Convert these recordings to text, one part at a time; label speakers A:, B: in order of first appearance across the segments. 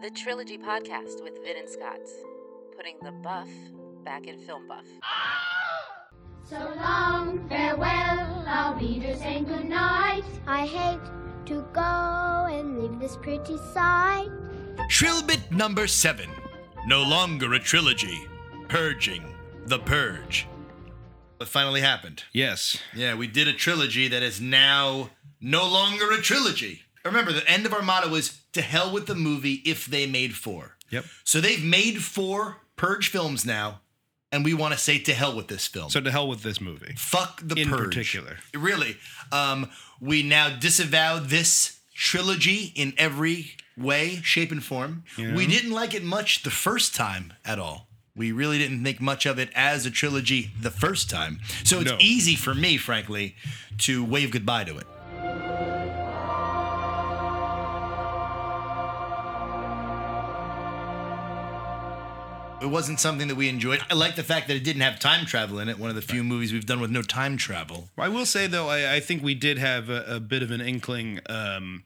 A: The Trilogy Podcast with Vin and Scott, putting the buff back in film buff.
B: So long, farewell, our readers saying goodnight. I hate to go and leave this pretty sight.
C: Trilbit number seven. No longer a trilogy. Purging. The Purge. It finally happened.
D: Yes.
C: Yeah, we did a trilogy that is now no longer a trilogy. Remember, the end of our motto was to hell with the movie if they made four.
D: Yep.
C: So they've made four Purge films now, and we want to say to hell with this film.
D: So to hell with this movie.
C: Fuck the
D: In
C: purge.
D: particular.
C: Really. Um, we now disavow this trilogy in every way, shape, and form. We didn't like it much the first time at all. We really didn't think much of it as a trilogy the first time. So it's
D: No.
C: easy for me, frankly, to wave goodbye to it. It wasn't something that we enjoyed. I like the fact that it didn't have time travel in it, one of the few movies we've done with no time travel.
D: I will say though, I, I think we did have a, a bit of an inkling um,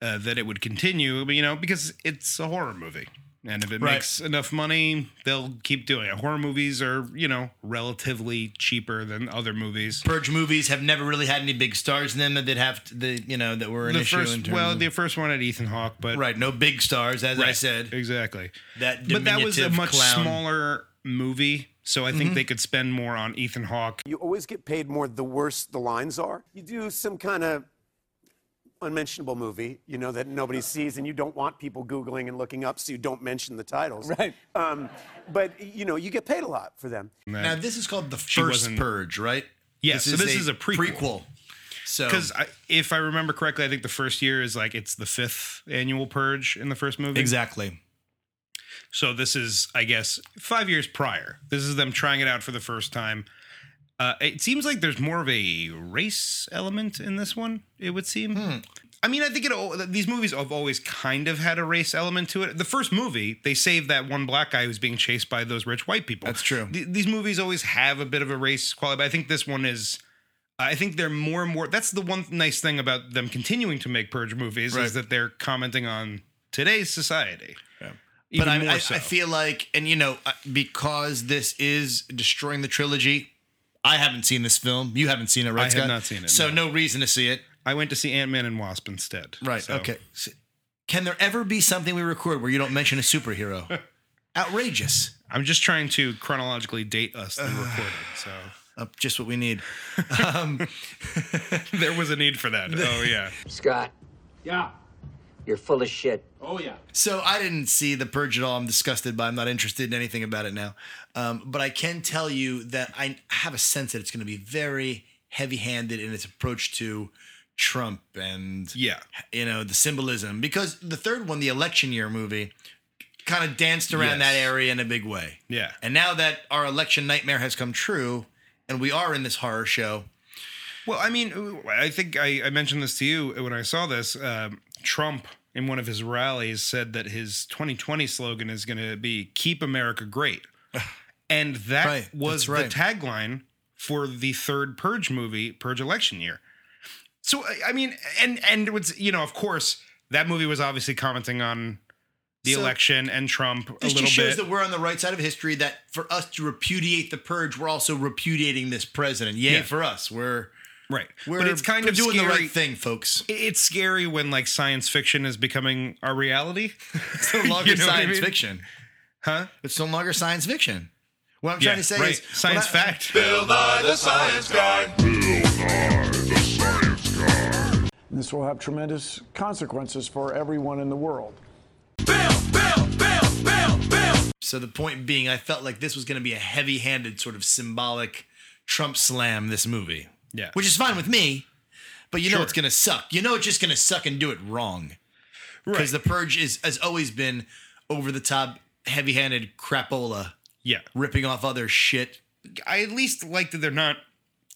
D: uh, that it would continue, but, you know, because it's a horror movie, and if it
C: Right.
D: makes enough money, they'll keep doing it. Horror movies are, you know, relatively cheaper than other movies.
C: Purge movies have never really had any big stars in them that have to, the you know that were an
D: The
C: issue
D: first,
C: in terms
D: well,
C: of,
D: the first one had Ethan Hawke, but
C: right no big stars as I
D: Right,
C: said
D: exactly.
C: that
D: But that was a
C: diminutive
D: much
C: clown.
D: smaller movie, so I
C: Mm-hmm.
D: think they could spend more on Ethan Hawke.
E: You always get paid more the worse the lines are. You do some kind of unmentionable movie, you know, that nobody sees, and you don't want people Googling and looking up, so you don't mention the titles. Right. Um, but, you know, you get paid a lot for them.
C: now this is called the
D: She
C: first
D: wasn't-
C: purge right
D: Yeah, so this is a prequel.
C: so
D: Because if I remember correctly, I think the first year is like it's the fifth annual purge in the first movie.
C: exactly
D: So this is, I guess, five years prior. This is them trying it out for the first time. Uh, it seems like there's more of a race element in this one. It would seem. Hmm. I mean, I think it. al- These movies have always kind of had a race element to it. The first movie, they saved that one black guy who's being chased by those rich white people.
C: That's true.
D: Th- these movies always have a bit of a race quality. But I think this one is. I think they're more and more. That's the one nice thing about them continuing to make purge movies
C: Right.
D: is that they're commenting on today's society. Even
C: but I,
D: more
C: I,
D: so.
C: I feel like and you know I- because this is destroying the trilogy I haven't seen this film you haven't seen it right
D: I have
C: Scott?
D: not seen it,
C: so no reason to see it
D: I went to see Ant Man and Wasp instead.
C: Right.
D: So-
C: Okay. S- Can there ever be something we record where you don't mention a superhero? Outrageous.
D: I'm just trying to chronologically date us the recording. So
C: Uh, just what we need.
D: there was a need for that. Oh yeah.
F: Scott,
G: Yeah.
F: you're full of shit.
G: Oh, yeah.
C: So I didn't see The Purge at all. I'm disgusted by. it. I'm not interested in anything about it now. Um, but I can tell you that I have a sense that it's going to be very heavy-handed in its approach to Trump and
D: Yeah.
C: you know the symbolism because the third one, the election year movie, kind of danced around
D: Yes.
C: that area in a big way.
D: Yeah.
C: And now that our election nightmare has come true, and we are in this horror show,
D: Well, I mean, I think I, I mentioned this to you when I saw this. Um, Trump in one of his rallies said that his 2020 slogan is going to be "Keep America Great," and that
C: Right,
D: was
C: that's right.
D: the tagline for the third Purge movie, Purge Election Year. So I- I mean, and and it was you know, of course, that movie was obviously commenting on the
C: So-
D: election and Trump a
C: this
D: little
C: just shows
D: bit.
C: that we're on the right side of history. That for us to repudiate the purge, we're also repudiating this president. Yay
D: Yeah.
C: for us! We're
D: right,
C: we're
D: but it's kind
C: we're
D: of
C: doing the
D: scary-
C: right thing, folks.
D: it- It's scary when like science fiction is becoming our reality.
C: It's no longer
D: You know what I
C: science
D: mean?
C: fiction,
D: Huh?
C: It's no longer science fiction. What I'm trying to say
D: right.
C: is
D: science
C: when I-
D: fact.
H: This will have tremendous consequences for everyone in the world.
C: So the point being, I felt like this was going to be a heavy-handed sort of symbolic Trump slam. This movie,
D: Yeah.
C: which is fine with me, but you know
D: Sure.
C: it's going to suck. You know it's just going to suck and do it wrong.
D: Right.
C: because the purge is has always been over the top, heavy handed crapola,
D: yeah.
C: ripping off other shit.
D: I at least like that they're not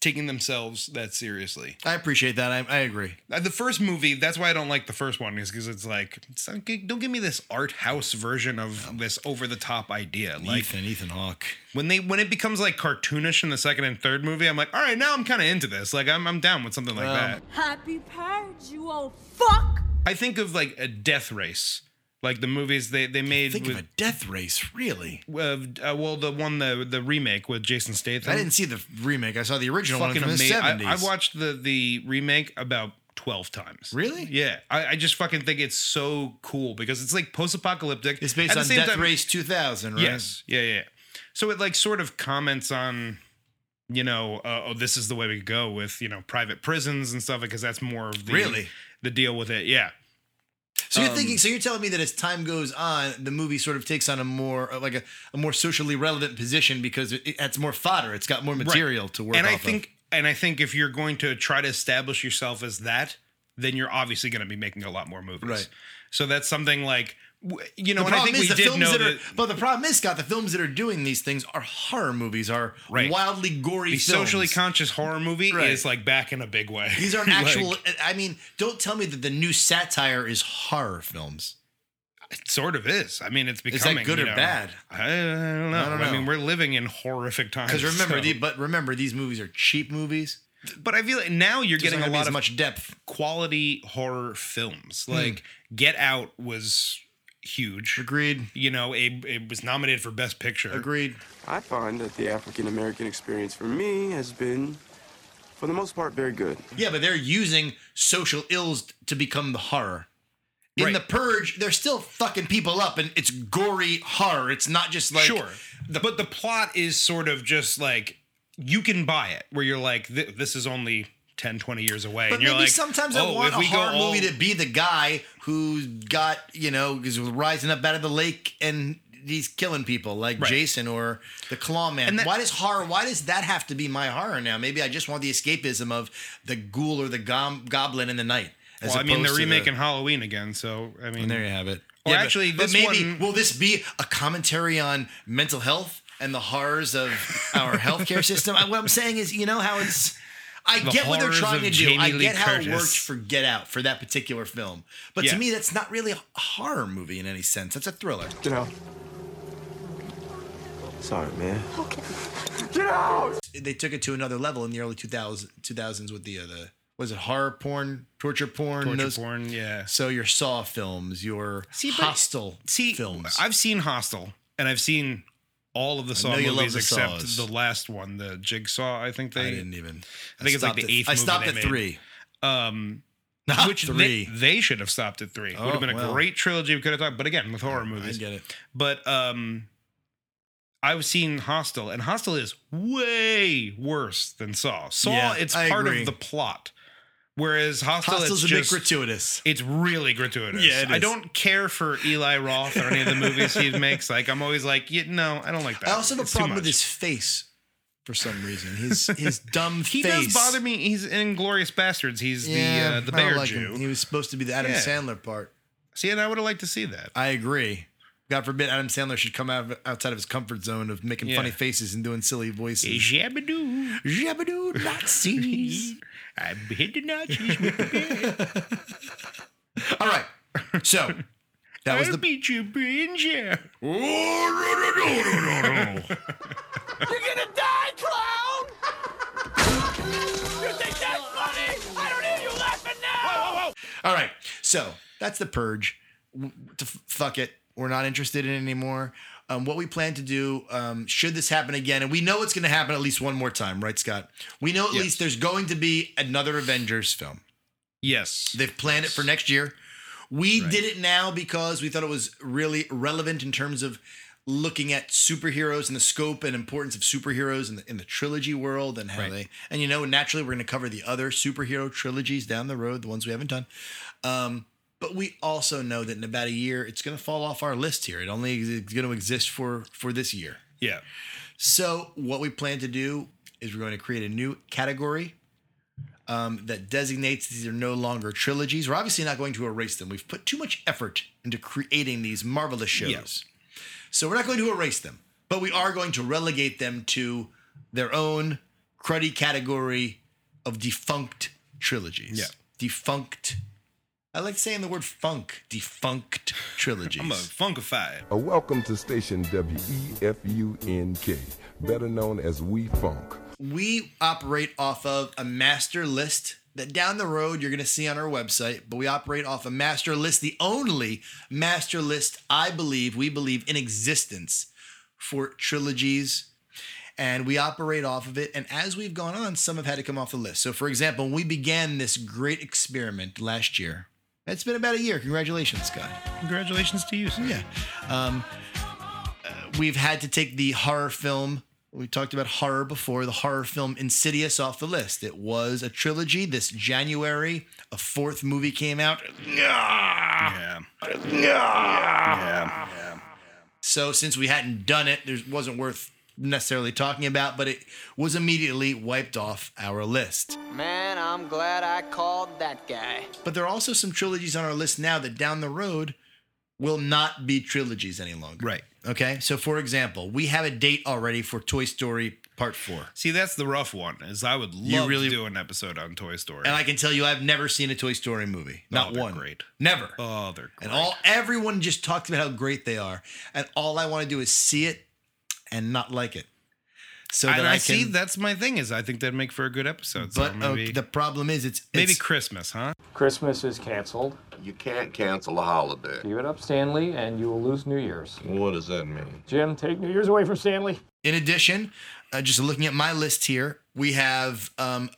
D: taking themselves that seriously.
C: I appreciate that. I, I agree.
D: Uh, The first movie, that's why I don't like the first one, is because it's like, it's not g- don't give me this art house version of this over the top idea. Like
C: Ethan, Ethan Hawke.
D: when they when it becomes like cartoonish in the second and third movie, I'm like, all right, now I'm kind of into this. Like I'm I'm down with something like
C: Um,
D: that.
I: Happy purge, you old fuck!
D: I think of like a death race Like the movies they they made
C: Think
D: with
C: of a death race, really.
D: uh, uh, well the one the the remake with Jason Statham.
C: I didn't see the remake. I saw the original one
D: fucking
C: from the
D: amazing.
C: seventies.
D: I, I watched the the remake about twelve times.
C: Really?
D: Yeah. I, I just fucking think it's so cool because it's like post apocalyptic.
C: It's based on Death Race 2000, right?
D: Yes. Yeah, yeah. yeah. So it like sort of comments on, you know, uh, oh, this is the way we go with you know private prisons and stuff because that's more of the um,
C: Really?
D: the deal with it. Yeah.
C: So you're thinking, so you're telling me that as time goes on, the movie sort of takes on a more uh, like a, a more socially relevant position because it, it's more fodder. It's got more
D: Right.
C: material to work.
D: And I
C: off of.
D: think and I think if you're going to try to establish yourself as that, then you're obviously going to be making a lot more movies.
C: Right.
D: So that's something like w- you know,
C: The
D: and I
C: problem is
D: think we
C: the
D: did
C: films
D: know
C: that
D: that.
C: are, but the problem is, Scott, the films that are doing these things are horror movies, are
D: Right.
C: wildly gory,
D: the
C: films.
D: socially conscious horror movie
C: Right.
D: is like back in a big way.
C: These aren't
D: Like,
C: actual. I mean, don't tell me that the new satire is horror films.
D: it sort of is. I mean, it's
C: that
D: becoming
C: good
D: you
C: or
D: know,
C: bad?
D: I, I don't know. I,
C: don't know.
D: mean, we're living in horrific times.
C: Because remember, the,
D: so-
C: but remember, these movies are cheap movies.
D: but I feel like now you're
C: There's not
D: getting a
C: gonna be
D: lot
C: as
D: of
C: much depth.
D: quality horror films.
C: Hmm.
D: Like Get Out was huge.
C: Agreed.
D: You know, it, it was nominated for Best Picture.
C: Agreed.
G: I find that the African American experience for me has been, for the most part, very good.
C: Yeah, but they're using social ills to become the horror. In
D: Right.
C: the purge, they're still fucking people up, and it's gory horror. It's not just like
D: sure. but the plot is sort of just like you can buy it, where you're like, th- this is only 10, 20 years away.
C: But
D: and you're
C: maybe
D: like,
C: sometimes
D: "Oh,
C: I want
D: if
C: a
D: we go
C: horror
D: all-
C: movie to be the guy who got you know is rising up out of the lake and he's killing people like
D: Right.
C: Jason or the Claw Man.
D: And that-
C: why does horror? Why does that have to be my horror now? Maybe I just want the escapism of the ghoul or the gom- goblin in the night. as
D: Well, I mean,
C: opposed
D: they're
C: to the-
D: remaking Halloween again, so I mean,
C: And there you have it.
D: Or actually,
C: but,
D: this
C: but maybe
D: one-
C: will this be a commentary on mental health and the horrors of our healthcare system? I, what I'm saying is, you know how it's. I
D: The
C: get what they're
D: horrors
C: trying
D: of
C: to do.
D: Jamie
C: I
D: Lee
C: get how it
D: Curtis.
C: worked for Get Out for that particular film, but
D: Yeah.
C: to me, that's not really a horror movie in any sense. That's a thriller.
G: Get out. Sorry, man.
B: Okay.
G: Get out!
C: They took it to another level in the early 2000, 2000s with the uh, the was it horror porn, torture porn,
D: torture
C: those-
D: porn, yeah.
C: So your Saw films, your
D: but-
C: Hostile
D: See,
C: films.
D: I've seen Hostel, and I've seen all of the Saw
C: know you love
D: movies
C: the
D: except
C: Saws.
D: the last one, the Jigsaw. I think
C: I
D: they
C: didn't even.
D: I think it's like
C: stopped
D: the
C: at-
D: eighth
C: I
D: movie
C: stopped
D: they
C: at
D: made.
C: three.
D: um,
C: Not
D: which they-
C: three.
D: They, should have stopped at three.
C: Oh,
D: Would have been a
C: well.
D: great trilogy. We could have talked, but again, with horror
C: I
D: movies.
C: get it.
D: But um, I've seen Hostel, and Hostel is way worse than Saw. Saw,
C: Yeah,
D: it's
C: I
D: part
C: agree.
D: of the plot, whereas Hostel,
C: Hostile's a
D: it's
C: bit
D: just
C: gratuitous.
D: It's really gratuitous.
C: Yeah, it
D: I
C: is.
D: don't care for Eli Roth or any of the movies he makes. Like, I'm always like, yeah, no, I don't like that.
C: I also have a
D: It's too
C: problem with
D: much.
C: his face for some reason. His his dumb
D: He
C: face.
D: does bother me. He's in Glorious Bastards. He's the uh, the
C: I don't
D: bear
C: like
D: Jew.
C: him. He was supposed to be the Adam
D: Yeah.
C: Sandler part.
D: See, and I would have liked to see that.
C: I agree. God forbid Adam Sandler should come out of, outside of his comfort zone of making
D: Yeah.
C: funny faces and doing silly voices.
D: Jabadoo.
C: Jabadoo Nazis.
D: I'm hit the Nazis with the bear.
C: All right. So that was
D: I'll
C: the
D: beat you, Benja.
G: You're gonna die, clown! you think that's funny? I don't hear you laughing now!
C: All right. So that's the purge. W- To f- fuck it. We're not interested in it anymore. Um, what we plan to do, um, should this happen again, and we know it's going to happen at least one more time, right, Scott? We know at
D: Yes.
C: least there's going to be another Avengers film.
D: Yes.
C: They've planned it for next year. We did it now because we thought it was really relevant in terms of looking at superheroes and the scope and importance of superheroes in the, in the trilogy world and how
D: Right.
C: they and you know naturally we're going to cover the other superhero trilogies down the road the ones we haven't done um, but we also know that in about a year it's going to fall off our list here it only is going to exist for for this year
D: yeah.
C: so what we plan to do is we're going to create a new category um, that designates these are no longer trilogies. We're obviously not going to erase them. We've put too much effort into creating these marvelous shows. So we're not going to erase them, but we are going to relegate them to their own cruddy category of defunct trilogies.
D: Yeah.
C: Defunct. I like saying the word funk. Defunct trilogies.
D: I'm a funkified.
I: A welcome to station WEFUNK, better known as We Funk.
C: we operate off of a master list that down the road you're going to see on our website, but we operate off a master list, the only master list I believe, we believe in existence for trilogies. And we operate off of it. And as we've gone on, some have had to come off the list. So, for example, when we began this great experiment last year, it's been about a year. Congratulations, Scott.
D: Congratulations to you. Sir.
C: Yeah. Um, uh, we've had to take the horror film. We talked about horror before, the horror film Insidious off the list. It was a trilogy. This January, a fourth movie came out.
D: Yeah. Yeah. yeah.
C: So, since we hadn't done it, there wasn't worth necessarily talking about, but it was immediately wiped off our list.
J: Man, I'm glad I called that guy.
C: But there are also some trilogies on our list now that down the road will not be trilogies any longer.
D: Right.
C: Okay. So, for example, we have a date already for Toy Story Part 4.
D: See, that's the rough one. Is I would
C: You
D: love
C: really-
D: to do an episode on Toy Story.
C: And I can tell you, I've never seen a Toy Story movie.
D: Oh,
C: Not
D: they're
C: one.
D: great.
C: Never.
D: oh, they're great.
C: and all everyone just talks about how great they are. And all I want to do is see it and not like it. So that
D: and
C: I,
D: I,
C: can,
D: see that's my thing. Is I think that'd make for a good episode. So
C: But uh,
D: maybe,
C: the problem is, it's,
D: maybe
C: it's-
D: Christmas, huh?
K: Christmas is canceled.
L: You can't cancel a holiday.
K: Give it up, Stanley, and you will lose New Year's.
L: What does that mean?
K: Jim, take New Year's away from Stanley.
C: In addition, uh, just looking at my list here, we have um,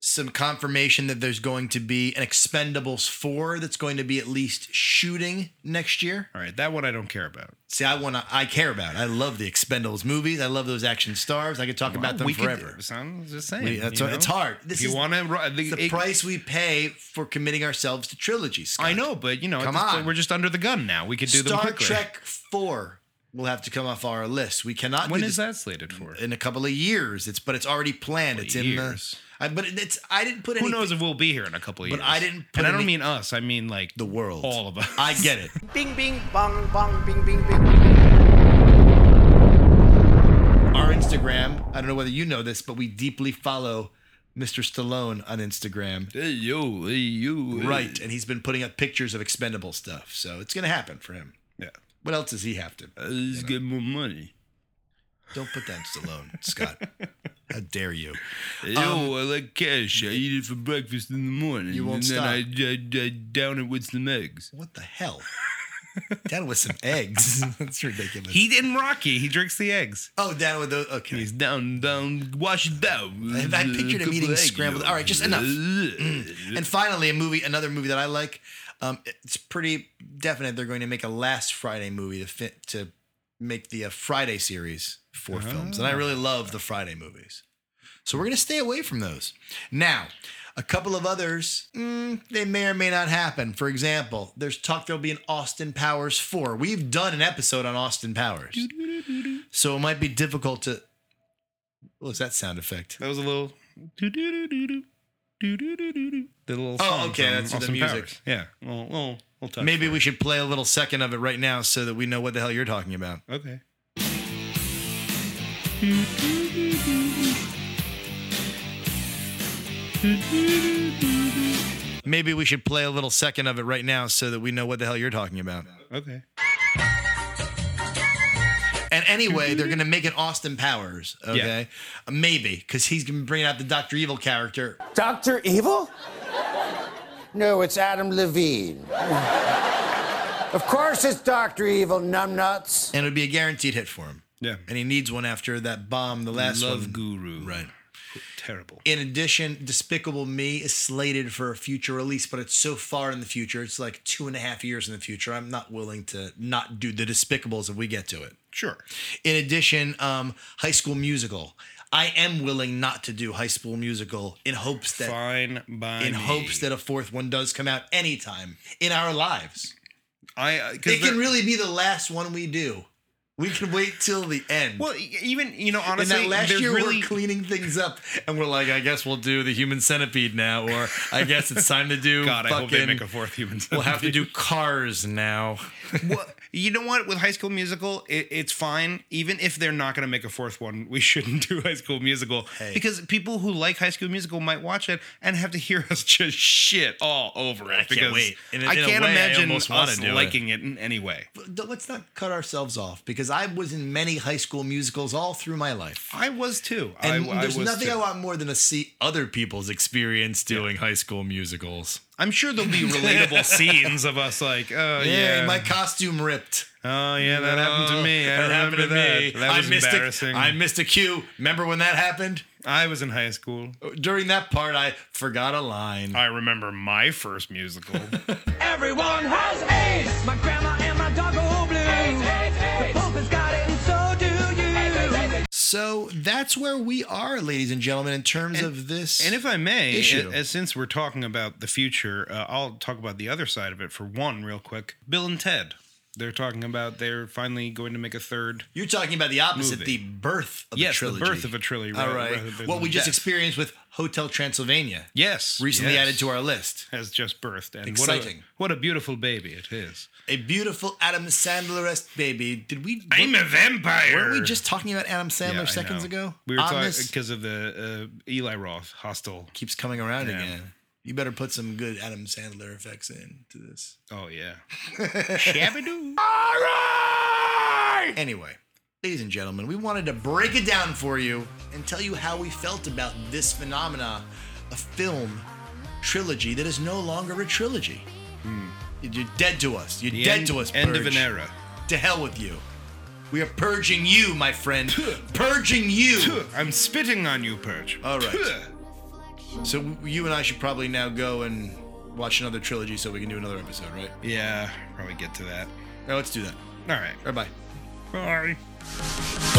C: some confirmation that there's going to be an Expendables 4 that's going to be at least shooting next year.
D: All right, that one I don't care about.
C: See, I want to, I care about it. I love the Expendables movies. I love those action stars. I could talk about them
D: we could-
C: forever.
D: son, just saying.
C: We- that's
D: you
C: what-
D: know?
C: it's hard. This
D: if you
C: is
D: want to, the,
C: It's the price we pay for committing ourselves to trilogies. Scott.
D: I know, but you know,
C: Come
D: at this
C: on.
D: point, we're just under the gun now. We could do them
C: Star
D: quickly.
C: Trek 4 will have to come off our list. We cannot
D: When
C: do
D: is
C: this
D: that slated for?
C: in a couple of years. It's but it's already planned.
D: Couple
C: it's
D: of
C: in
D: years.
C: the I, but it's I didn't put
D: Who
C: anything-
D: knows if we'll be here in a couple of
C: But
D: years?
C: I didn't put
D: and I don't
C: any-
D: mean us. I mean like
C: the world.
D: all of us.
C: I get it.
J: Bing, bing, bong, bong, bing, bing, bing.
C: Our Instagram, I don't know whether you know this, but we deeply follow Mr. Stallone on Instagram.
D: Hey yo, hey yo.
C: Right. And he's been putting up pictures of expendable stuff. So it's gonna happen for him.
D: Yeah.
C: What else does he have to?
D: Let's get more money.
C: Don't put that in Stallone, Scott. How dare you?
D: Yo, I like cash. I eat it for breakfast in the morning.
C: You won't
D: and
C: stop.
D: then I, I, I down it with some eggs.
C: What the hell? Down with some eggs. That's ridiculous.
D: He in Rocky, he drinks the eggs.
C: oh, down with the okay.
D: He's down, down, wash it down.
C: I- I pictured him
D: Couple
C: eating
D: egg
C: scrambled-
D: yolks.
C: all right, just enough.
D: Mm.
C: and finally, a movie, another movie that I like. Um, it's pretty definite they're going to make a last Friday movie to fit to make the uh, Friday series for films, and I really love the Friday movies. So we're going to stay away from those. Now, a couple of others, mm, they may or may not happen. For example, there's talk there'll be an Austin Powers 4. We've done an episode on Austin Powers. So it might be difficult to. What was that sound effect?
D: That was a little. doo-doo-doo-doo-doo, doo-doo-doo-doo-doo. The little
C: Oh,
D: song
C: okay,
D: from
C: that's the
D: Austin
C: music.
D: Powers. Yeah. Well, well, we'll touch.
C: Maybe we should play a little second of it right now so that we know what the hell you're talking about.
D: Okay.
C: Maybe we should play a little second of it right now so that we know what the hell you're talking about.
D: Okay.
C: And anyway, they're going to make it Austin Powers, okay? Maybe, because he's going to bring out the Dr. Evil character.
J: Dr. Evil? No, it's Adam Levine. of course it's Dr. Evil, numbnuts.
C: And it would be a guaranteed hit for him.
D: Yeah.
C: And he needs one after that bomb, the last
D: Love
C: one.
D: Guru.
C: Right.
D: Terrible.
C: In addition, Despicable Me is slated for a future release, but it's so far in the future. It's like two and a half years in the future. I'm not willing to not do the Despicables if we get to it.
D: Sure.
C: In addition, um, High School Musical. I am willing not to do High School Musical in hopes that
D: Fine by
C: in
D: me.
C: hopes that a fourth one does come out anytime in our lives.
D: I uh, 'cause
C: It can
D: there-
C: really be the last one we do. We can wait till the end.
D: well e- even you know
C: and
D: honestly
C: that last
D: there's
C: year
D: really
C: we're cleaning things up, and we're like, I guess we'll do the Human Centipede now, or I guess it's time to do.
D: God I hope they
C: fucking-
D: make a fourth human.
C: We'll have to
D: centipede.
C: do Cars now.
D: Well, you know what? With High School Musical, it, it's fine. Even if they're not going to make a fourth one, we shouldn't do High School Musical because people who like High School Musical might watch it and have to hear us just shit all over it.
C: can't
D: because
C: wait. In a-
D: I
C: in a
D: can't
C: way, I
D: imagine
C: almost wanna
D: us
C: do it.
D: liking it in any way.
C: But th- let's not cut ourselves off because I was in many high school musicals all through my life.
D: I was too.
C: And
D: I,
C: there's
D: I was
C: nothing
D: too.
C: I want more than to see other people's experience doing high school musicals.
D: I'm sure there'll be relatable scenes of us like, oh yeah,
C: yeah, my costume ripped.
D: oh yeah, that happened to me. I
C: That happened
D: remember
C: to me.
D: that. That was
C: I missed
D: embarrassing.
C: A, I missed a cue. Remember when that happened?
D: I was in high school.
C: During that part, I forgot a line.
D: I remember my first musical.
G: Everyone has AIDS. My grandma and my dog are all blue. The Pope has got it, and so do you.
C: So that's where we are, ladies and gentlemen, in terms of this.
D: And if I may,
C: issue.
D: a- as since we're talking about the future, uh, I'll talk about the other side of it for one, real quick. Bill and Ted. They're talking about they're finally going to make a third.
C: You're talking about the opposite,
D: Movie.
C: the birth of
D: yes,
C: a trilogy.
D: the birth of a trilogy.
C: All
D: rather-
C: right.
D: rather than
C: What we
D: the
C: just
D: death.
C: experienced with Hotel Transylvania.
D: yes,
C: Recently
D: yes,
C: added to our list.
D: has just birthed and
C: Exciting.
D: What a, what a beautiful baby it is.
C: A beautiful Adam Sandler-esque baby. Did we?
D: I'm a vampire.
C: Weren't we just talking about Adam Sandler
D: Yeah, I
C: seconds
D: know.
C: ago?
D: We were
C: On
D: talking
C: this-
D: because of the uh, Eli Roth hostile.
C: keeps coming around
D: Yeah.
C: again. You better put some good Adam Sandler effects in to this.
D: Oh yeah.
C: Shabadoo. Anyway, ladies and gentlemen, we wanted to break it down for you and tell you how we felt about this phenomena, a film trilogy that is no longer a trilogy. You're dead to us. You're
D: Hmm. The
C: dead
D: end-
C: to us.
D: End of
C: Purge.
D: an era.
C: To hell with you. We are purging you, my friend. purging you.
D: I'm spitting on you, Purge.
C: All right. so w- you and I should probably now go and watch another trilogy so we can do another episode, right?
D: Yeah, probably get to that. Uh,
C: Now let's do that.
D: All right.
C: Bye bye.
D: Bye.